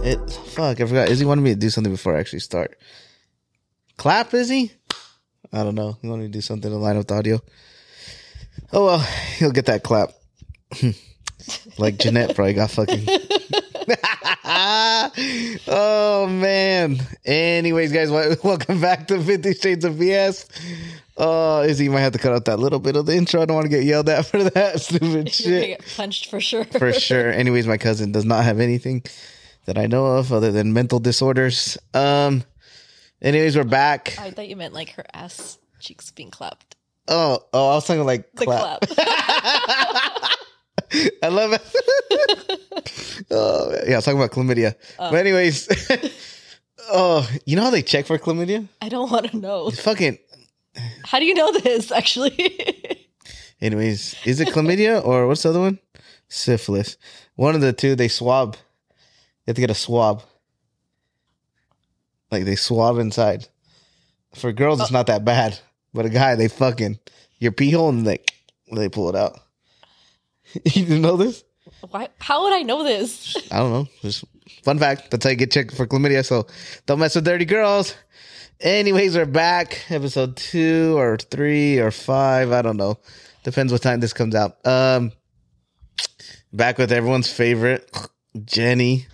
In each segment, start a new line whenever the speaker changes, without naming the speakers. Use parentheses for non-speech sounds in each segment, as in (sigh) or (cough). It fuck, I forgot. Izzy wanted me to do something before I actually start. Clap, Izzy? I don't know. He wanted me to do something to line up the audio. Oh well, he'll get that clap. (laughs) like Jeanette probably got fucking (laughs) oh man. Anyways, guys, wel- (laughs) welcome back to Fifty Shades of BS. Oh, Izzy you might have to cut out that little bit of the intro. I don't want to get yelled at for that (laughs) stupid
(laughs) You're gonna
shit
get punched for sure. (laughs)
for sure. Anyways, my cousin does not have anything that I know of other than mental disorders. Um. Anyways, we're back.
I thought you meant like her ass cheeks being clapped.
Oh, oh, I was talking like
The
clap.
clap.
(laughs) I love it. (laughs) oh, yeah, I was talking about chlamydia.
Uh,
But anyways, (laughs) oh, you know how they check for chlamydia?
I don't want
(laughs)
to know.
It's fucking.
How do you know this? Actually, (laughs)
Anyways, is it chlamydia or what's the other one? Syphilis. One of the two. They swab. You have to get a swab. Like they swab inside. For girls, it's not that bad, but a guy, they fucking your pee hole and they they pull it out. (laughs) you didn't know this?
why? How would I know this?
I don't know. Just fun fact. That's how you get checked for chlamydia. So don't mess with dirty girls. Anyways, we're back. Episode two or three or five. I don't know. Depends what time this comes out. Um, back with everyone's favorite Jenny,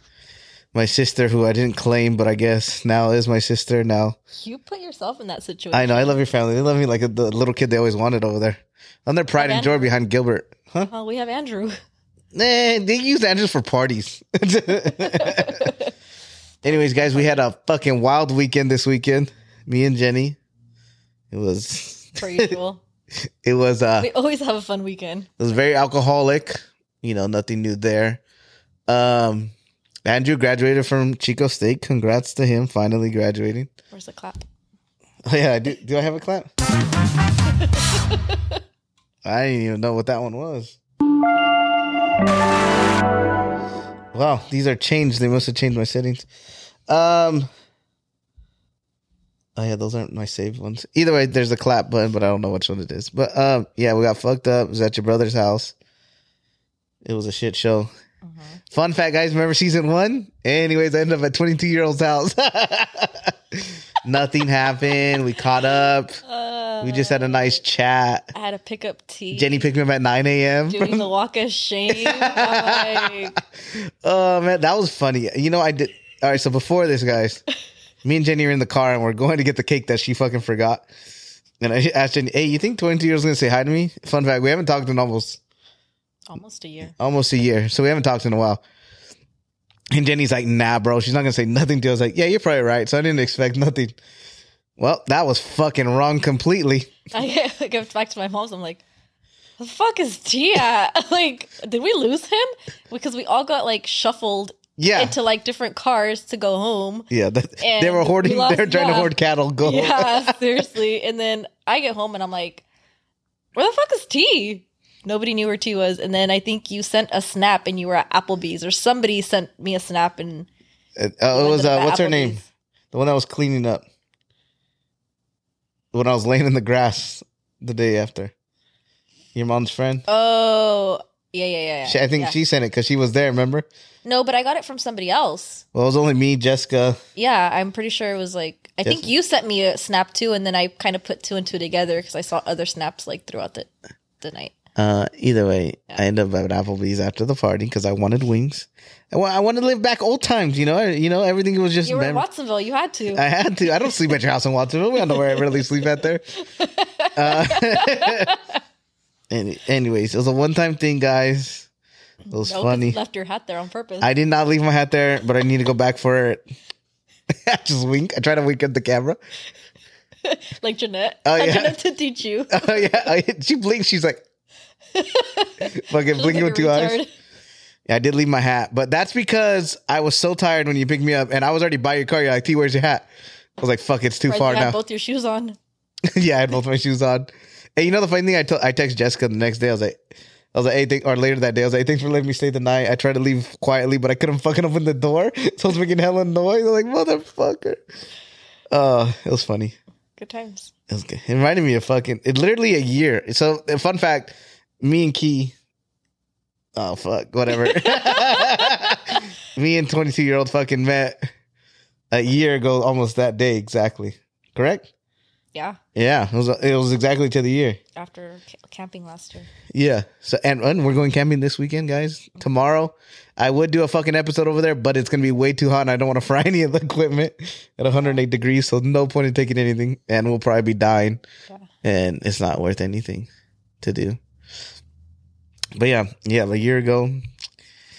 my sister, who I didn't claim, but I guess now is my sister. Now
You put yourself in that situation.
I know I love your family. They love me like a, the little kid they always wanted over there. I'm their pride and joy behind Gilbert. Huh?
Well, we have
(laughs)
Andrew.
Nah, they use that just for parties. (laughs) Anyways, guys, we had a fucking wild weekend this weekend. Me and Jenny. It was
Per usual,
(laughs) it was uh
we always have a fun weekend.
it was very alcoholic. You know, nothing new there. Um Andrew graduated from Chico State. Congrats to him finally graduating.
Where's the clap?
Oh (laughs) yeah, I do do I have a clap? (laughs) I didn't even know what that one was. Wow, these are changed. They must have changed my settings. Um Oh yeah, those aren't my saved ones. Either way, there's a clap button, but I don't know which one it is. But um yeah, we got fucked up. It was at your brother's house. It was a shit show.
Mhm.
Fun fact, guys, remember season one? Anyways, I ended up at 22 year old's house. (laughs) Nothing happened. We caught up.
Uh,
We just had a nice chat.
I had to pick up tea.
Jenny picked me up at 9 a.m.
doing the walk of shame. I'm like,
(laughs) Oh, man, that was funny. You know, I did. All right, so before this, guys, me and Jenny were in the car and we're going to get the cake that she fucking forgot. And I asked Jenny, hey, you think 22 years is going to say hi to me? Fun fact, we haven't talked in almost
almost a year.
almost a year. So we haven't talked in a while. And Jenny's like, nah, bro, she's not gonna say nothing to us. Like, yeah, you're probably right. So I didn't expect nothing. Well, that was fucking wrong completely.
(laughs) I go back to my mom's. I'm like, the fuck is tea at? (laughs) like, did we lose him? Because we all got like shuffled
Yeah.
into like different cars to go home.
yeah. that- they
And
were
we
hoarding (laughs)
lost-
they were trying to
yeah.
hoard cattle. Go.
(laughs) Yeah, seriously. And then I get home and I'm like, where the fuck is T? Nobody knew where T was. And then I think you sent a snap and you were at Applebee's or somebody sent me a snap and
Uh, it was uh, what's her name?
Applebee's.
The one that was cleaning up. When I was laying in the grass the day after. Your mom's friend.
Oh, yeah, yeah, yeah. yeah.
She, I think
Yeah.
she sent it because she was there, remember?
No, but I got it from somebody else.
Well, it was only me, Jessica.
Yeah, I'm pretty sure it was like I think you sent me a snap too, and then I kind of put two and two together because I saw other snaps like throughout the the night.
Uh, either way, I ended up at Applebee's after the party because I wanted wings. I, wa- I wanted to live back old times, you know. I- You know, everything was just.
You were in
mem-
Watsonville. You had to.
I had to. I don't sleep at your house in Watsonville. We don't know where I really sleep at there. Uh, (laughs) any- anyways, it was a one-time thing, guys. It was
Nope,
funny.
Left your hat there on purpose.
I did not leave my hat there, but I need to go back for it. (laughs) I just wink. I try to wink at the camera. (laughs)
like Jeanette.
Oh,
I
yeah.
Jeanette to
(laughs)
teach you.
Oh yeah, I- she blinks. She's like, (laughs) fucking
Look at
blinking with
your
two eyes.
retard.
Yeah, I did leave my hat, but that's because I was so tired when you picked me up, and I was already by your car. You're like, "T, where's your hat?" I was like, "Fuck, it's too
Right,
far
you had
now."
both your shoes on.
(laughs) yeah, I had both my shoes on. And you know the funny thing, I told I text Jessica the next day. I was like, I was like, "Hey, thank, or later that day, I was like, thanks for letting me stay the night." I tried to leave quietly, but I couldn't fucking open the door, (laughs) so I was making hella noise. I'm like, "Motherfucker!" Uh, it was funny.
Good times.
It was good. It reminded me of fucking. It literally a year. So a fun fact: me and Key. Oh fuck! Whatever. (laughs) Me and 22 year old fucking met a year ago, almost that day exactly. Correct?
Yeah,
Yeah, it was it was exactly to the year.
after ca- camping last year.
Yeah. So and, and we're going camping this weekend, guys. Tomorrow, I would do a fucking episode over there, but it's gonna be way too hot, and I don't want to (laughs) fry any of the equipment at 108 degrees. So no point in taking anything, and we'll probably be dying,
Yeah.
and it's not worth anything to do. But yeah, yeah, a year ago, (sighs)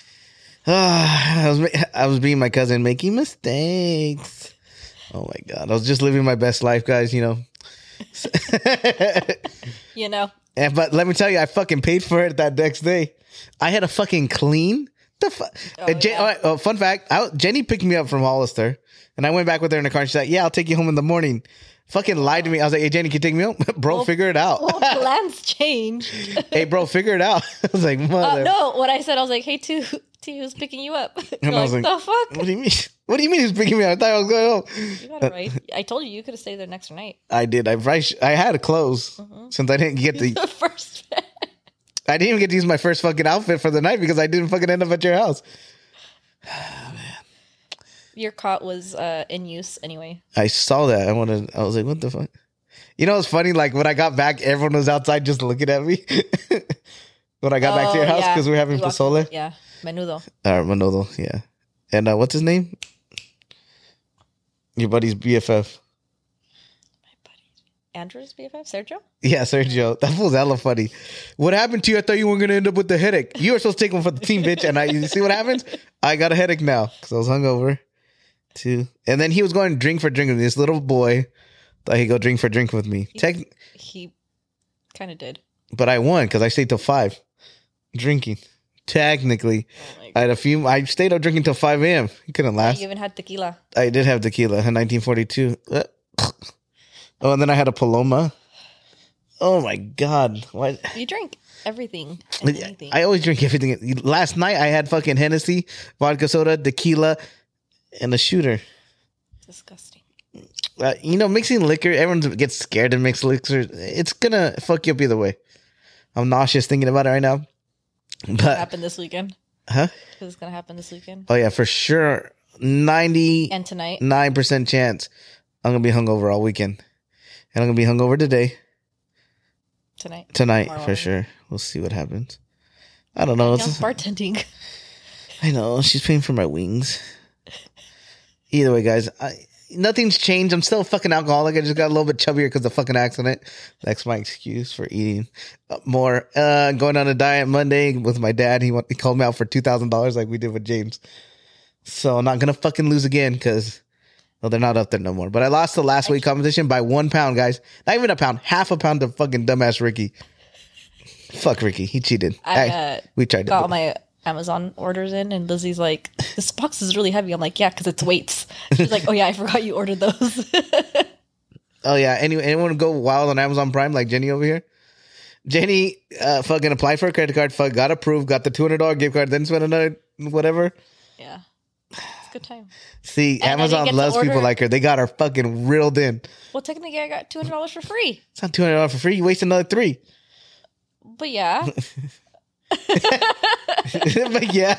ah, I was ma- I was being my cousin, making mistakes. Oh my god, I was just living my best life, guys. You (laughs) know. (laughs)
You know,
And, but let me tell you, I fucking paid for it that next day. I had a fucking clean. The fu-
Oh,
Uh, Jen-
yeah.
all right, uh, fun fact: I, Jenny picked me up from Hollister, and I went back with her in the car. And she's like, "Yeah, I'll take you home in the morning." Fucking lied to me. I was like, "Hey, Jenny, can you take me home, (laughs) bro?
Well-
figure it out."
well, plans changed.
(laughs) hey, bro, figure it out. (laughs) I was like,
Uh,
"Mother,
no, what I said, I was like, hey, T, (laughs) T was picking you up. You're
I was
like,
like-
the fuck?
what do you mean? (laughs) What do you mean he's picking me up? I thought I was going home."
You got it right. I told you you could have stayed there next
(laughs)
night. (laughs)
I did. I probably sh- I had to close
Uh-huh.
since I didn't get the.
The first.
I didn't even get to use my first fucking outfit for the night because I didn't fucking end up at your house.
Your cot was uh, in use anyway.
I saw that. I wanted. I was like, "What the fuck?" You know, it's funny. Like when I got back, everyone was outside just looking at me. (laughs) when I got back to your
Oh,
house
yeah.
because we are having
You walked-
pozole.
Yeah, menudo.
Uh, Manolo, yeah. And uh, what's his name? Your buddy's BFF.
Andrew's BFF, Sergio.
Yeah, Sergio. (laughs) That fool's hella funny. What happened to you? I thought you weren't gonna end up with a headache. You were supposed to take one for the team, bitch. And I, you see what happens? I got a headache now because I was hungover. Too. And then he was going drink for drink with me. This little boy thought he'd go drink for drink with me. Tech-
He kind of did.
but I won because I stayed till five drinking. Technically,
Oh my
I
God.
had a few. I stayed up drinking till five a.m. You couldn't last.
You even had tequila.
I did have tequila in 1942. Uh, (clears throat) Oh, and then I had a Paloma. Oh my god! Why?
You drink everything. And anything.
I always drink everything. Last night I had fucking Hennessy, vodka soda, tequila, and a shooter.
Disgusting.
Uh, you know, mixing liquor, everyone gets scared to mix liquor. It's gonna fuck you up either way. I'm nauseous thinking about it right now.
It
But
happened this weekend.
Uh, huh?
This is gonna happen this weekend
Oh yeah, for sure. Ninety
and tonight.
nine percent chance I'm gonna be hungover all weekend, and I'm gonna be hungover today,
Tonight.
tonight
Tomorrow.
for sure. We'll see what happens. I don't know.
Yeah,
It's,
bartending. (laughs)
I know she's paying for my wings. Either way, guys, I, nothing's changed. I'm still a fucking alcoholic. I just got a little bit chubbier because of the fucking accident. That's my excuse for eating uh, more. Uh, going on a diet Monday with my dad. He, want, he called me out for two thousand dollars, like we did with James. So I'm not gonna fucking lose again because. Well, they're not up there no more. But I lost the last week competition by one pound, guys. Not even a pound, half a pound to fucking dumbass Ricky. Fuck Ricky, he cheated.
I
Hey,
uh,
we tried to.
got all my Amazon orders in, and Lizzie's like, "This box is really heavy." I'm like, "Yeah, because it's weights." She's like, "Oh yeah, I forgot you ordered those." (laughs)
Oh yeah. Anyway, anyone go wild on Amazon Prime like Jenny over here? Jenny uh, fucking applied for a credit card, fuck, got approved, got the two hundred dollar gift card, then spent another whatever.
yeah, it's a good time.
See,
And I didn't
Amazon
get to
loves people
order-
like her. They got her fucking reeled in.
Well, technically, I got two hundred dollars for free,
It's not two hundred dollars for free. You waste another three. (laughs)
but yeah,
but
(laughs)
yeah,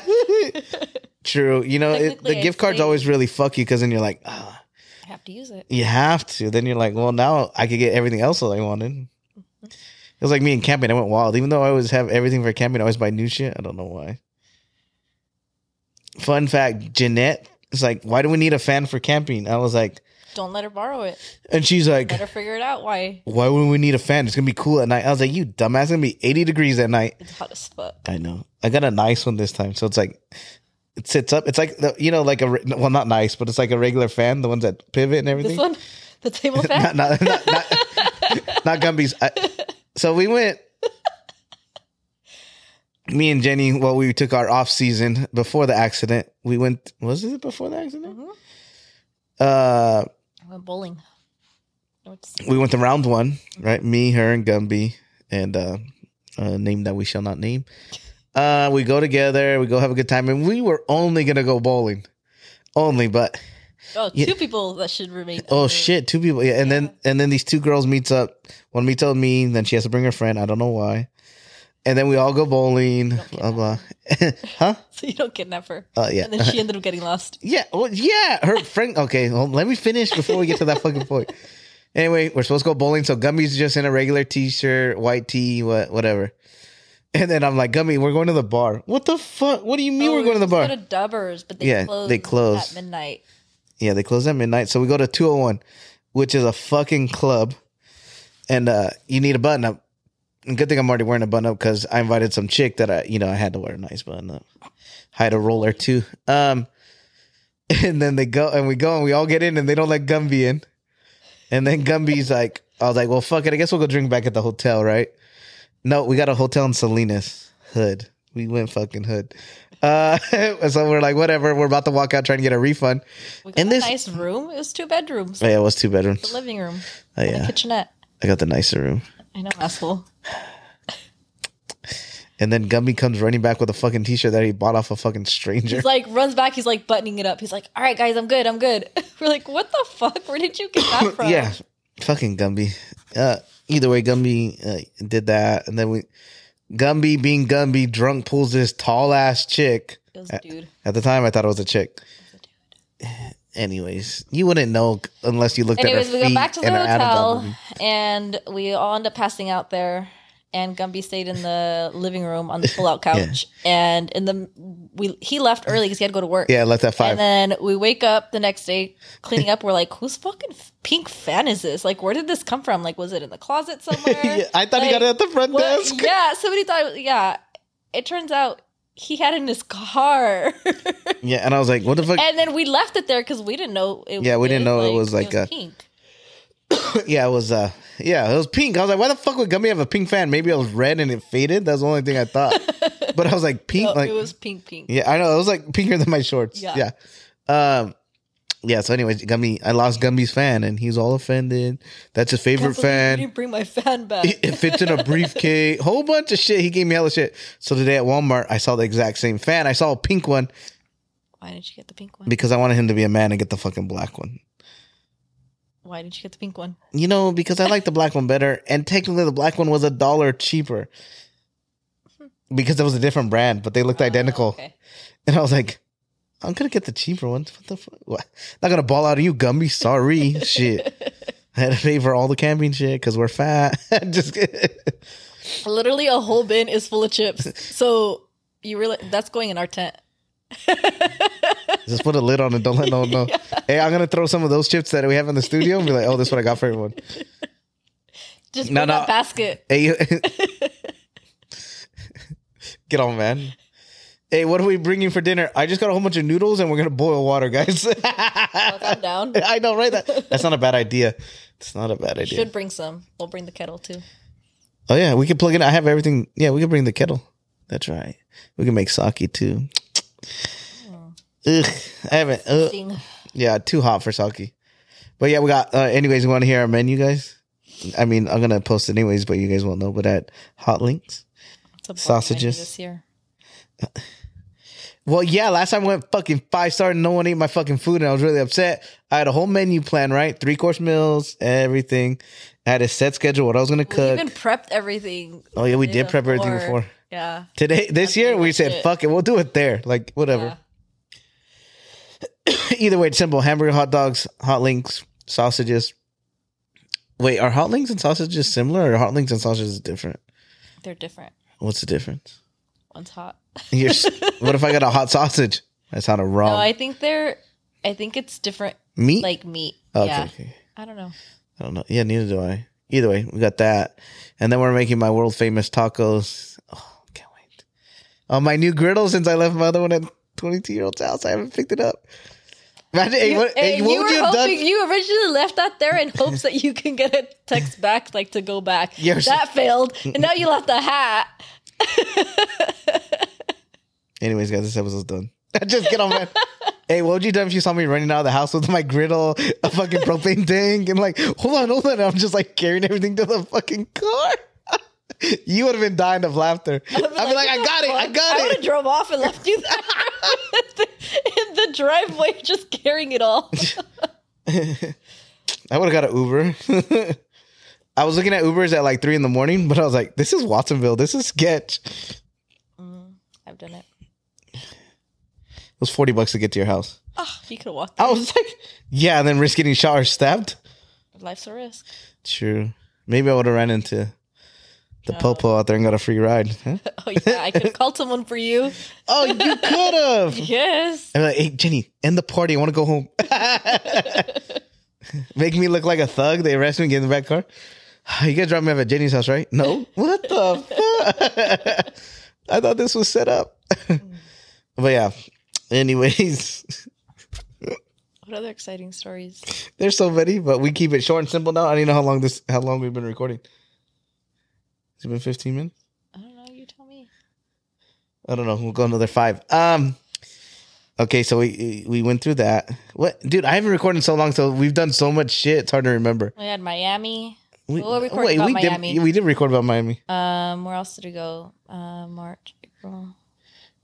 true. You know, it, the
Technically, I
gift cards
saved.
always really fuck you because then you're like, ah,
I have to use it.
you have to. Then you're like, well, now I could get everything else that I wanted. It was like me and camping. I went wild. Even though I always have everything for camping, I always buy new shit. I don't know why. Fun fact Jeanette is like, why do we need a fan for camping? I was like,
Don't let her borrow it.
and she's like,
Let her figure it out. Why
why would we need a fan? It's going to be cool at night. I was like, you dumbass. It's going to be 80 degrees at night.
it's hot as fuck.
I know. I got a nice one this time. So it's like, it sits up. It's like, the, you know, like a, re- well, not nice, but it's like a regular fan, the ones that pivot and everything.
This one, the table
(laughs) not,
fan.
not, not,
(laughs)
not, not Gumby's. I, so we went. Me and Jenny, well, we took our off season before the accident. We went. Was it before the accident?
Mhm.
Uh,
I went bowling. It's
we went to round one, right? Me, her, and Gumby, and uh, a name that we shall not name. Uh, we go together. We go have a good time, and we were only gonna go bowling, only. But
Oh, two
Yeah.
people that should remain.
Oh
unknown.
shit, two people. Yeah, and then and then these two girls meets up. One meets up with me, then she has to bring her friend. I don't know why. and then we all go bowling.
Don't
Blah blah. huh?
(laughs) So you don't kidnap her.
Uh, yeah.
And then she ended up getting lost.
(laughs) Yeah, well, yeah. Her friend. Okay, well, let me finish before we get to that fucking point. Anyway, we're supposed to go bowling, so Gummy's just in a regular t-shirt, white tee, what, whatever. And then I'm like, Gummy, we're going to the bar. What the fuck? What do you mean
Oh,
we're going to the
we
bar?
Go to Dubbers, but they
Yeah,
close.
they close.
at midnight.
yeah, they close at midnight, so we go to 201, which is a fucking club, and uh you need a button up. And good thing I'm already wearing a button up because I invited some chick that I, you know, I had to wear a nice button up. Hide a roller too. Um, (laughs) and then they go and we go and we all get in and they don't let Gumby in. And then Gumby's (laughs) like, I was like, well, fuck it. I guess we'll go drink back at the hotel, right? No, we got a hotel in Salinas Hood. We went fucking hood. Uh, (laughs) so we're like, whatever. We're about to walk out trying to get a refund.
We got
And
a
this-
nice room. It was two bedrooms,
Oh, yeah, it was two
the
bedrooms.
living room,
Oh,
and a
yeah,
kitchenette.
I got the nicer room.
I know, asshole.
And then Gumby comes running back with a fucking t-shirt that he bought off a fucking stranger.
He's like runs back. He's like buttoning it up. He's like, "All right, guys, I'm good. I'm good." (laughs) We're like, "What the fuck? Where did you get that
(laughs)
from?"
yeah, fucking Gumby. Uh, either way, Gumby uh, did that, and then we, Gumby being Gumby, drunk pulls this tall ass chick.
it was
Uh,
a dude.
At the time, I thought it was a chick. Anyways, you wouldn't know unless you looked
Anyways,
at her
we go
feet
back to the
and her
hotel,
abdomen.
and we all end up passing out there. And Gumby stayed in the living room on the
(laughs)
pull-out couch, and in the we he left early because he had to go to work.
Yeah, I left at five.
And then we wake up the next day cleaning up. We're like, whose fucking f- pink fan is this? Like, where did this come from? Like, was it in the closet somewhere?
(laughs) (laughs) Yeah, I thought he got it
Like,
at the front
what-
desk.
Yeah, somebody thought, it was- yeah. It turns out he had it in his car.
Yeah, and I was like, "What the fuck?"
and then we left it there because we didn't know it
Yeah, we didn't know it was like a-
pink.
yeah, it was uh yeah, it was pink. I was like, why the fuck would Gummy have a pink fan? Maybe it was red and it faded. That's the only thing I
(laughs)
thought. but I was like pink
No,
like
Oh, it was pink, pink.
Yeah, I know. It was like pinker than my shorts. Yeah.
Yeah.
Um yeah, so anyways, Gummy I lost Gumby's fan and he's all offended. That's his
Can't
favorite
believe you
fan.
didn't bring my fan
(laughs)
back.
It fits in a briefcase. Whole bunch of shit. He gave me hella shit. So today at Walmart, I saw the exact same fan. I saw a pink one
(laughs) Why didn't you get the pink one?
because I wanted him to be a man and get the fucking black one.
Why didn't you get the pink one?
You know, because I like the black one better, and technically the black one was a dollar cheaper because it was a different brand, but they looked
Oh,
identical.
okay.
And I was like, I'm gonna get the cheaper one. What the fuck? What? Not gonna ball out of you, Gumby. Sorry,
(laughs)
shit. I had to pay for all the camping shit because we're fat. (laughs) Just kidding.
Literally, a whole bin is full
(laughs)
of chips. So you really that's going in our tent.
just put a lid on it. Don't let no one
(laughs)
know. Hey, I'm gonna throw some of those chips that we have in the studio and be like, oh, this is what I got for everyone.
Just
No,
put
no.
that basket.
(laughs) Hey, you- (laughs) get on, man. Hey, what are we bringing for dinner? I just got a whole bunch of noodles and we're gonna boil water, guys. (laughs)
I'll come down.
I know, right? That, that's not a bad idea. It's not a bad idea.
Should bring some. We'll bring the kettle too.
Oh yeah, we can plug in. I have everything. Yeah, we can bring the kettle. That's right. We can make sake too. Ugh, I haven't. Ugh.
Sing.
Yeah, too hot for sake. But yeah, we got. Uh, anyways, you want to hear our menu, guys? I mean, I'm gonna post it anyways, but you guys won't know. But at Hot Links.
It's a boring
Sausages.
menu This year.
Well, yeah, last time I went fucking five star and no one ate my fucking food and I was really upset. I had a whole menu plan, right? Three course meals, everything. I had a set schedule, what I was gonna
We
cook.
even prepped everything.
oh yeah, we
day
did prep everything
before.
before.
Yeah.
Today this
pretty
year we
much
said
it.
fuck it, we'll do it there. Like whatever.
yeah.
(laughs) Either way, it's simple. Hamburger, hot dogs, hot links, sausages. Wait, are hot links and sausages similar or are hot links and sausages different?
They're different.
What's the difference?
One's hot.
You're
(laughs)
s- what if I got a hot sausage? That sounded wrong.
no, I think they're. I think it's different,
Meat?
like meat.
okay,
Yeah.
okay.
I don't know.
I don't know. Yeah, neither do I. Either way, we got that. And then we're making my world famous tacos. Oh, can't wait. On my new griddle since I left my other one at 22 year old's house. I haven't picked it up. Imagine, hey,
You-
what, hey,
and
what
you
would
were
you have done?
hoping you originally left that there in hopes that you can get a text back, like to go back.
(laughs) Yes.
That failed, and now you left the hat.
Anyways, guys, this episode's done. (laughs) Just get on,
(laughs)
man. hey, what would you done if you saw me running out of the house with my griddle, a fucking propane (laughs) tank, and like, hold on, hold on. I'm just like carrying everything to the fucking car. (laughs) you would have been dying of laughter. (laughs) I'd be like, I got it, I got
would
it.
have drove off and left
(laughs)
you there (laughs) in the driveway, just carrying it all.
I would have got an Uber. (laughs) I was looking at Ubers at like three in the morning, but I was like, this is Watsonville. This is sketch. It
Mm, I've done it.
was 40 bucks to get to your house.
Oh, you could have walked.
I was like, yeah, and then risk getting shot or stabbed.
Life's a risk. (laughs)
True. Maybe I would have ran into the
No.
popo out there and got a free ride. Huh?
Oh yeah, I could have called someone for you.
oh, you could have.
(laughs) Yes.
I'm like, hey, Jenny, end the party. I want to go home. (laughs) Make me look like a thug. They arrest me, get in the back car. (sighs) You guys dropped me off at Jenny's house, right? No. What the fuck? (laughs) I thought this was set up. (laughs) but yeah. Anyways, (laughs)
What other exciting stories?
there's so many, but we keep it short and simple now. I don't even know how long this how long we've been recording. Has it been 15 minutes?
I don't know. You tell me.
I don't know. We'll go another five. Um. Okay, so we we went through that. What, dude? I haven't recorded in so long, so we've done so much shit. It's hard to remember.
We had Miami.
We,
Well, we'll record about
we
Miami.
did. We did record about Miami.
Um, where else did we go? Uh, March, April.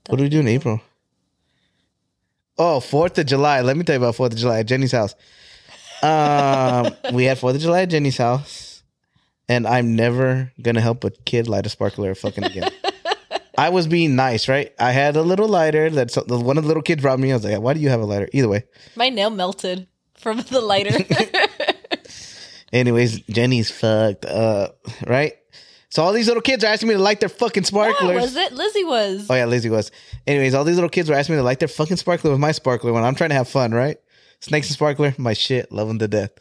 What did we do in April? Oh, Fourth of July. Let me tell you about Fourth of July at Jenny's house. Um, (laughs) we had Fourth of July at Jenny's house, and I'm never gonna help a kid light a sparkler fucking again. I was being nice, right? I had a little lighter that so- one of the little kids brought me. I was like, "Why do you have a lighter?" Either way,
My nail melted from (laughs) the
(laughs)
lighter.
Anyways, Jenny's fucked up, right? So all these little kids are asking me to light their fucking
Ah,
sparklers.
was it? Lizzie was.
oh yeah, Lizzie was. Anyways, all these little kids were asking me to light their fucking sparkler with my sparkler when I'm trying to have fun, right? Snakes and sparkler, my shit, love them to death.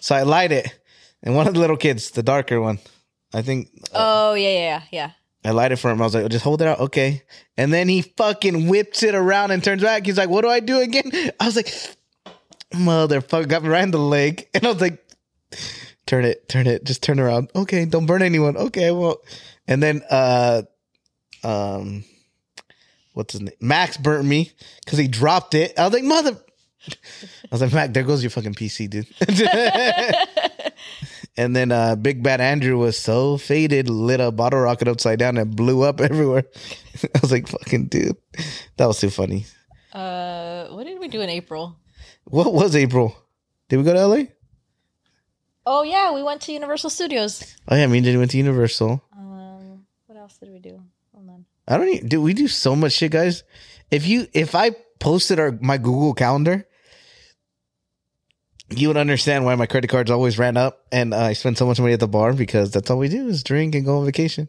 So I light it, and one of the little kids, the darker one, I think
Oh yeah, yeah, yeah.
I lied it for him. I was like, just hold it out. Okay. And then he fucking whips it around and turns back. He's like, what do I do again? I was like, motherfucker, got me right in the leg. (laughs) And I was like, turn it, turn it, just turn around. Okay. Don't burn anyone. Okay. Well, and then, uh, um, what's his name? Max burnt me because he dropped it. I was like, mother. (laughs) I was like, Mac, there goes your fucking PC, (laughs) dude. And then uh, Big Bad Andrew was so faded, lit a bottle rocket upside down and blew up (laughs) everywhere. I was like, fucking dude. That was too funny.
(laughs) Uh, what did we do in April?
What was April? Did we go to LA?
Oh yeah, we went to Universal Studios.
Oh, yeah. Me and Jenny went to Universal.
Um, what else did we do? Hold on.
I don't even, dude, we do so much shit, guys. If you, if I posted our, my Google calendar, you would understand why my credit cards always ran up and uh, I spent so much money at the bar because that's all we do is drink and go on vacation.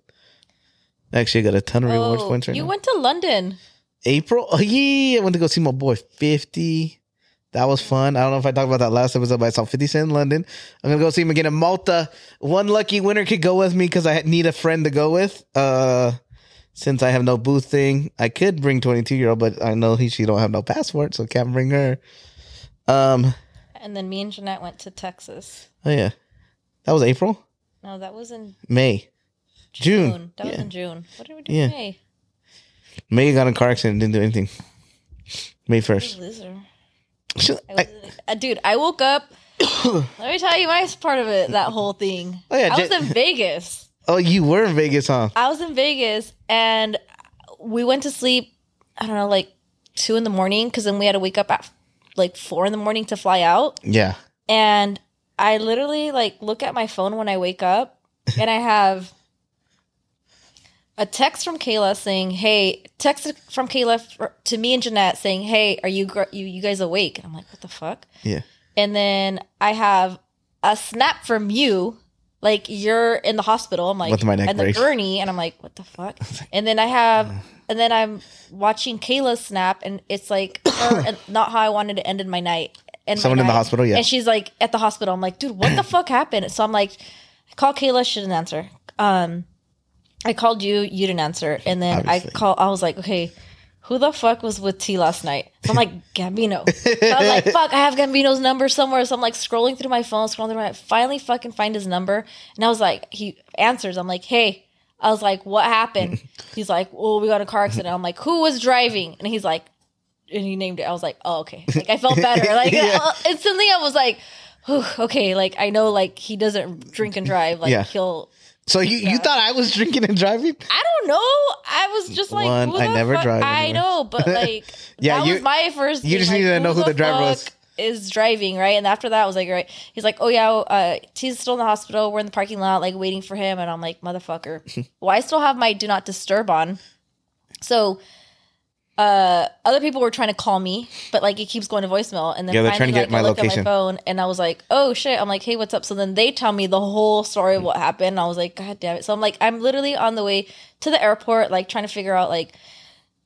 Actually, I got a ton of rewards
Oh,
points right
you
now.
went to London.
April. Oh yeah, I went to go see my boy Fifty. That was fun. I don't know if I talked about that last episode, but I saw Fifty Cent in London. I'm gonna go see him again in Malta. One lucky winner could go with me because I need a friend to go with. Uh, since I have no booth thing, I could bring 22 year old, but I know he she don't have no passport, so can't bring her. Um.
And then me and Jeanette went to Texas.
Oh yeah, that was April,
No, that was in
May.
June.
June.
That was
Yeah.
in June. What did we do
Yeah.
in May?
May got in a car accident, didn't do anything. May first.
Loser. I
I-
was, uh, dude, I woke
(coughs)
up. let me tell you my part of it, that whole thing.
Oh, yeah,
I
Ja-
was in Vegas.
oh, you were in Vegas, huh?
I was in Vegas and we went to sleep, I don't know, like two in the morning because then we had to wake up at like four in the morning to fly out.
Yeah.
And I literally like look at my phone when I wake up and I have a text from Kayla saying, Hey, text from Kayla f- to me and Jeanette saying, Hey, are you, gr- you, you guys awake? And I'm like, What the fuck?
Yeah.
And then I have a snap from you, like you're in the hospital. I'm like,
With my neck
and the
brace. uh.
gurney, and I'm like, what
(laughs)
the fuck? And then I have, and then I'm watching Kayla's snap, and it's like (coughs) her, and not how I wanted to ended my night. And my
Someone in the
night-
hospital? Yeah.
And she's like at the hospital. I'm like, dude, what
(coughs)
the fuck happened? So I'm like, I call Kayla, she didn't answer. Um, I called you, you didn't answer, and then
Obviously.
I call. I was like, okay. Who the fuck was with T last night? So
(laughs)
I'm like Gambino. So I'm like, fuck, I have Gambino's number somewhere. So I'm like scrolling through my phone, scrolling through my finally fucking find his number. And I was like, he answers. I'm like, hey. I was like, what
(laughs)
happened? He's like, oh, we got in a car accident. I'm like, who was driving? And he's like, and he named it. I was like, oh, okay. Like
(laughs)
I felt better. Like
Yeah.
uh, instantly, I was like, whew, okay. Like I know, like he doesn't drink and drive. Like
Yeah.
he'll.
So you, you thought I was drinking and driving?
I don't know. I was just like,
One,
who
I
the
never
fuck-
drive
I
anywhere. (laughs)
know, but like,
Yeah,
that
you-
was my first.
you
thing,
just
like,
needed to know who the driver was.
fuck is driving, right? And after that, I was like, right. He's like, oh yeah, uh, T's still in the hospital. We're in the parking lot, like waiting for him. And I'm
(laughs)
like, motherfucker. well, I still have my do not disturb on. So uh, other people were trying to call me, but like it keeps going to voicemail. And then
Yeah, they're
finally,
trying to get
like,
my
I looked
location.
at my phone and I was like, oh shit. I'm like, hey, what's up? So then they tell me the whole story of what happened. And I was like, God damn it. So I'm like, I'm literally on the way to the airport, like trying to figure out, like,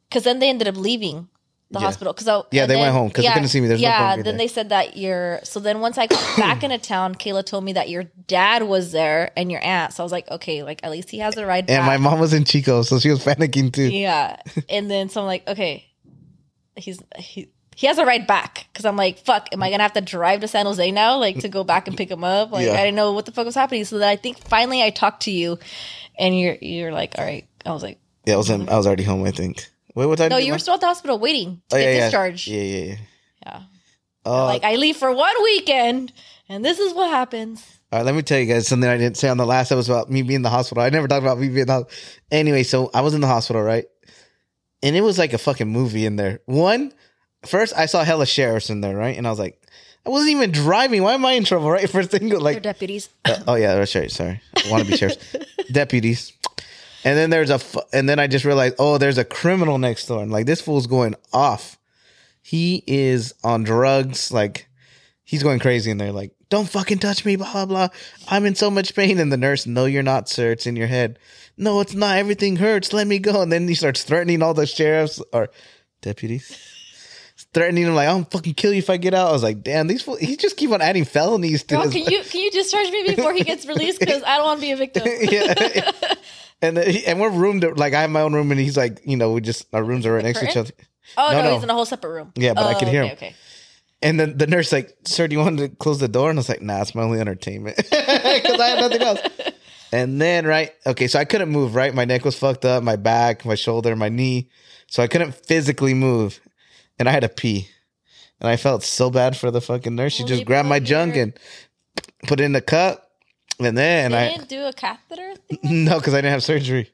because then they ended up leaving the
Yeah.
hospital. Cause I,
Yeah,
and
they
then-
went home 'cause they couldn't see me. There's no
yeah.
phone through
then
there.
they said that you're, so then once I got back into town, Kayla told me that your dad was there and your aunt. So I was like, okay, like at least he has a ride back.
And my mom was in Chico, so she was panicking too.
Yeah. And then so I'm like, okay, he's he he has a ride back because I'm like, fuck, am I gonna have to drive to San Jose now, like to go back and pick him up? Like
Yeah.
I didn't know what the fuck was happening. So then I think finally I talked to you, and you're you're like, all right. I was like,
Yeah, I was I was already home. I think. Wait, what time?
no,
did
you
my-
were still at the hospital waiting to
Oh,
get
yeah, yeah.
discharged. Yeah.
Yeah, yeah, yeah. Oh,
like I leave for one weekend, and this is what happens.
All right, let me tell you guys something I didn't say on the last episode about me being in the hospital. I never talked about me being in the hospital. Anyway, so I was in the hospital, right? And it was like a fucking movie in there. One, first I saw hella sheriffs in there, right? And I was like, I wasn't even driving. Why am I in trouble, right? (laughs) First thing,
Your
like, (laughs)
deputies.
uh, oh yeah, they're sheriffs. Sorry, I want to be sheriffs, deputies. And then there's a, fu- and then I just realized, oh, there's a criminal next door, and like this fool's going off. He is on drugs, like he's going crazy in there, like, don't fucking touch me, blah, blah, blah. I'm in so much pain. And the nurse, no, you're not, sir. It's in your head. No, it's not. Everything hurts. Let me go. And then he starts threatening all the sheriffs or deputies. Threatening him like I'm fucking kill you if I get out. I was like, damn, these fool- he just keep on adding felonies to
Bro,
his
can you can you discharge me before he gets released? Because I don't want to be a
(laughs)
victim.
yeah. And then he- and we're roomed like I have my own room and he's like you know we just our rooms are right next to each
current?
other.
Oh
No,
no,
no.
he's in a whole separate room.
Yeah, but I
Oh,
could hear
okay,
him.
Okay.
And then the nurse like, "Sir, do you want to close the door?" And I was like, "Nah, it's my only entertainment (laughs) because I have nothing else." And then right, okay, so I couldn't move. Right, my neck was fucked up, my back, my shoulder, my knee, so I couldn't physically move, and I had to pee, and I felt so bad for the fucking nurse. She
Well,
just
they
grabbed my
put
junk
your-
and put it in the cup, and then
They
I
didn't do a catheter thing.
(laughs) No, because I didn't have surgery.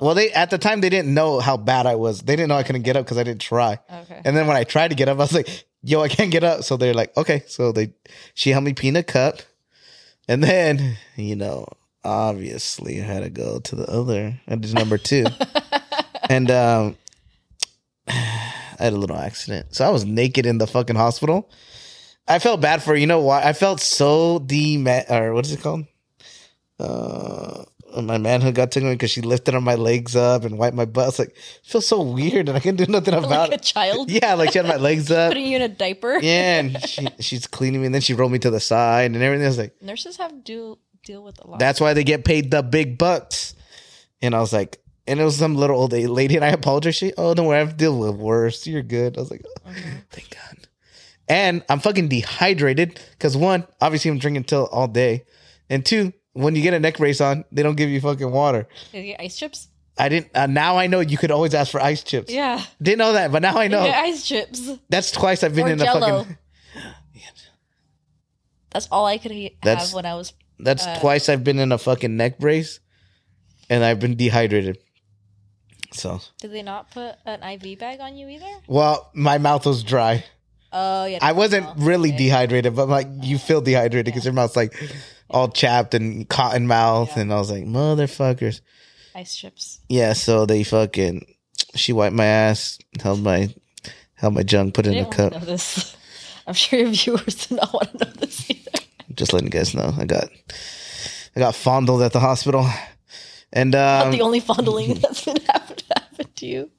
Well, they at the time they didn't know how bad I was. They didn't know I couldn't get up because I didn't try.
Okay.
And then when I tried to get up, I was like, "Yo, I can't get up." So they're like, "Okay." So they she held me pee in a cup, and then you know, obviously, I had to go to the other. I did number two, and um, I had a little accident. So I was naked in the fucking hospital. I felt bad for her. you know why? I felt so de or what is it called? Uh, my manhood got taken away because she lifted on my legs up and wiped my butt. I was like, I feel so weird, and I can do nothing about
(laughs) like
it.
a
(laughs)
child
Yeah, like she had my legs up.
putting you in a diaper.
(laughs) Yeah, and she, she's cleaning me, and then she rolled me to the side and everything. I was like,
Nurses have do deal with a lot.
that's why they get paid the big bucks. And I was like, and it was some little old lady, and I apologized. She, oh, don't worry, I've dealt with worse. You're good. I was like, oh, thank God. And I'm fucking dehydrated because one, obviously I'm drinking till all day, and two, when you get a neck brace on, they don't give you fucking water.
Did you get ice chips.
I didn't. Uh, now I know you could always ask for ice chips.
Yeah.
Didn't know that, but now I know.
You get ice chips.
That's twice I've been
Or
in a
Jell-O.
fucking.
That's all I could he-
That's-
have when I was.
That's
Uh,
twice I've been in a fucking neck brace, and I've been dehydrated. So,
Did they not put an IV bag on you either?
well, my mouth was dry.
Oh yeah.
I wasn't
Oh,
really
okay.
dehydrated, but like you feel dehydrated because your mouth's like all chapped and cotton mouth,
Yeah.
and I was like, motherfuckers.
ice chips.
Yeah, so they fucking she wiped my ass, held my held my junk, put it
I
in a
didn't
cup.
want to know this. (laughs) I'm sure your viewers do not want to know this either.
Just letting you guys know, I got I got fondled at the hospital, and (laughs)
Not
um,
the only fondling
(laughs)
that's been happened, happened to you.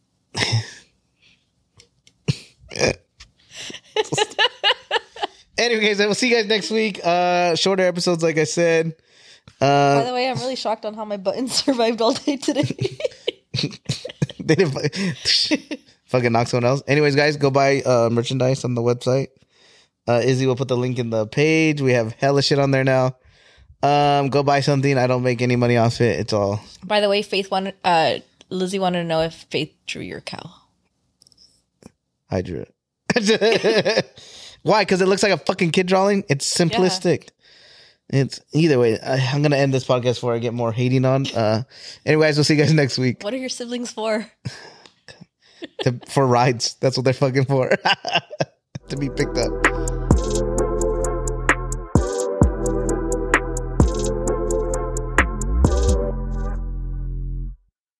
Anyways, I will see you guys next week. Uh shorter episodes, like I said.
By
Uh (laughs)
the way, I'm really shocked on how my buttons (laughs) survived all day today.
they didn't fu- (laughs) fucking knock someone else. Anyways, guys, go buy uh merchandise on the website. Uh Izzy will put the link in the page. We have hella shit on there now. Um go buy something. I don't make any money off it. It's all
(laughs) By the way, Faith wanted uh, Lizzie wanted to know if Faith drew your cow.
I drew it. (laughs) Why? Because it looks like a fucking kid drawing. It's simplistic. It's either way. I, I'm gonna end this podcast before I get more hating on. Uh, anyways, we'll see you guys next week.
What are your siblings for?
(laughs) to, for rides. That's what they're fucking for. to be picked up.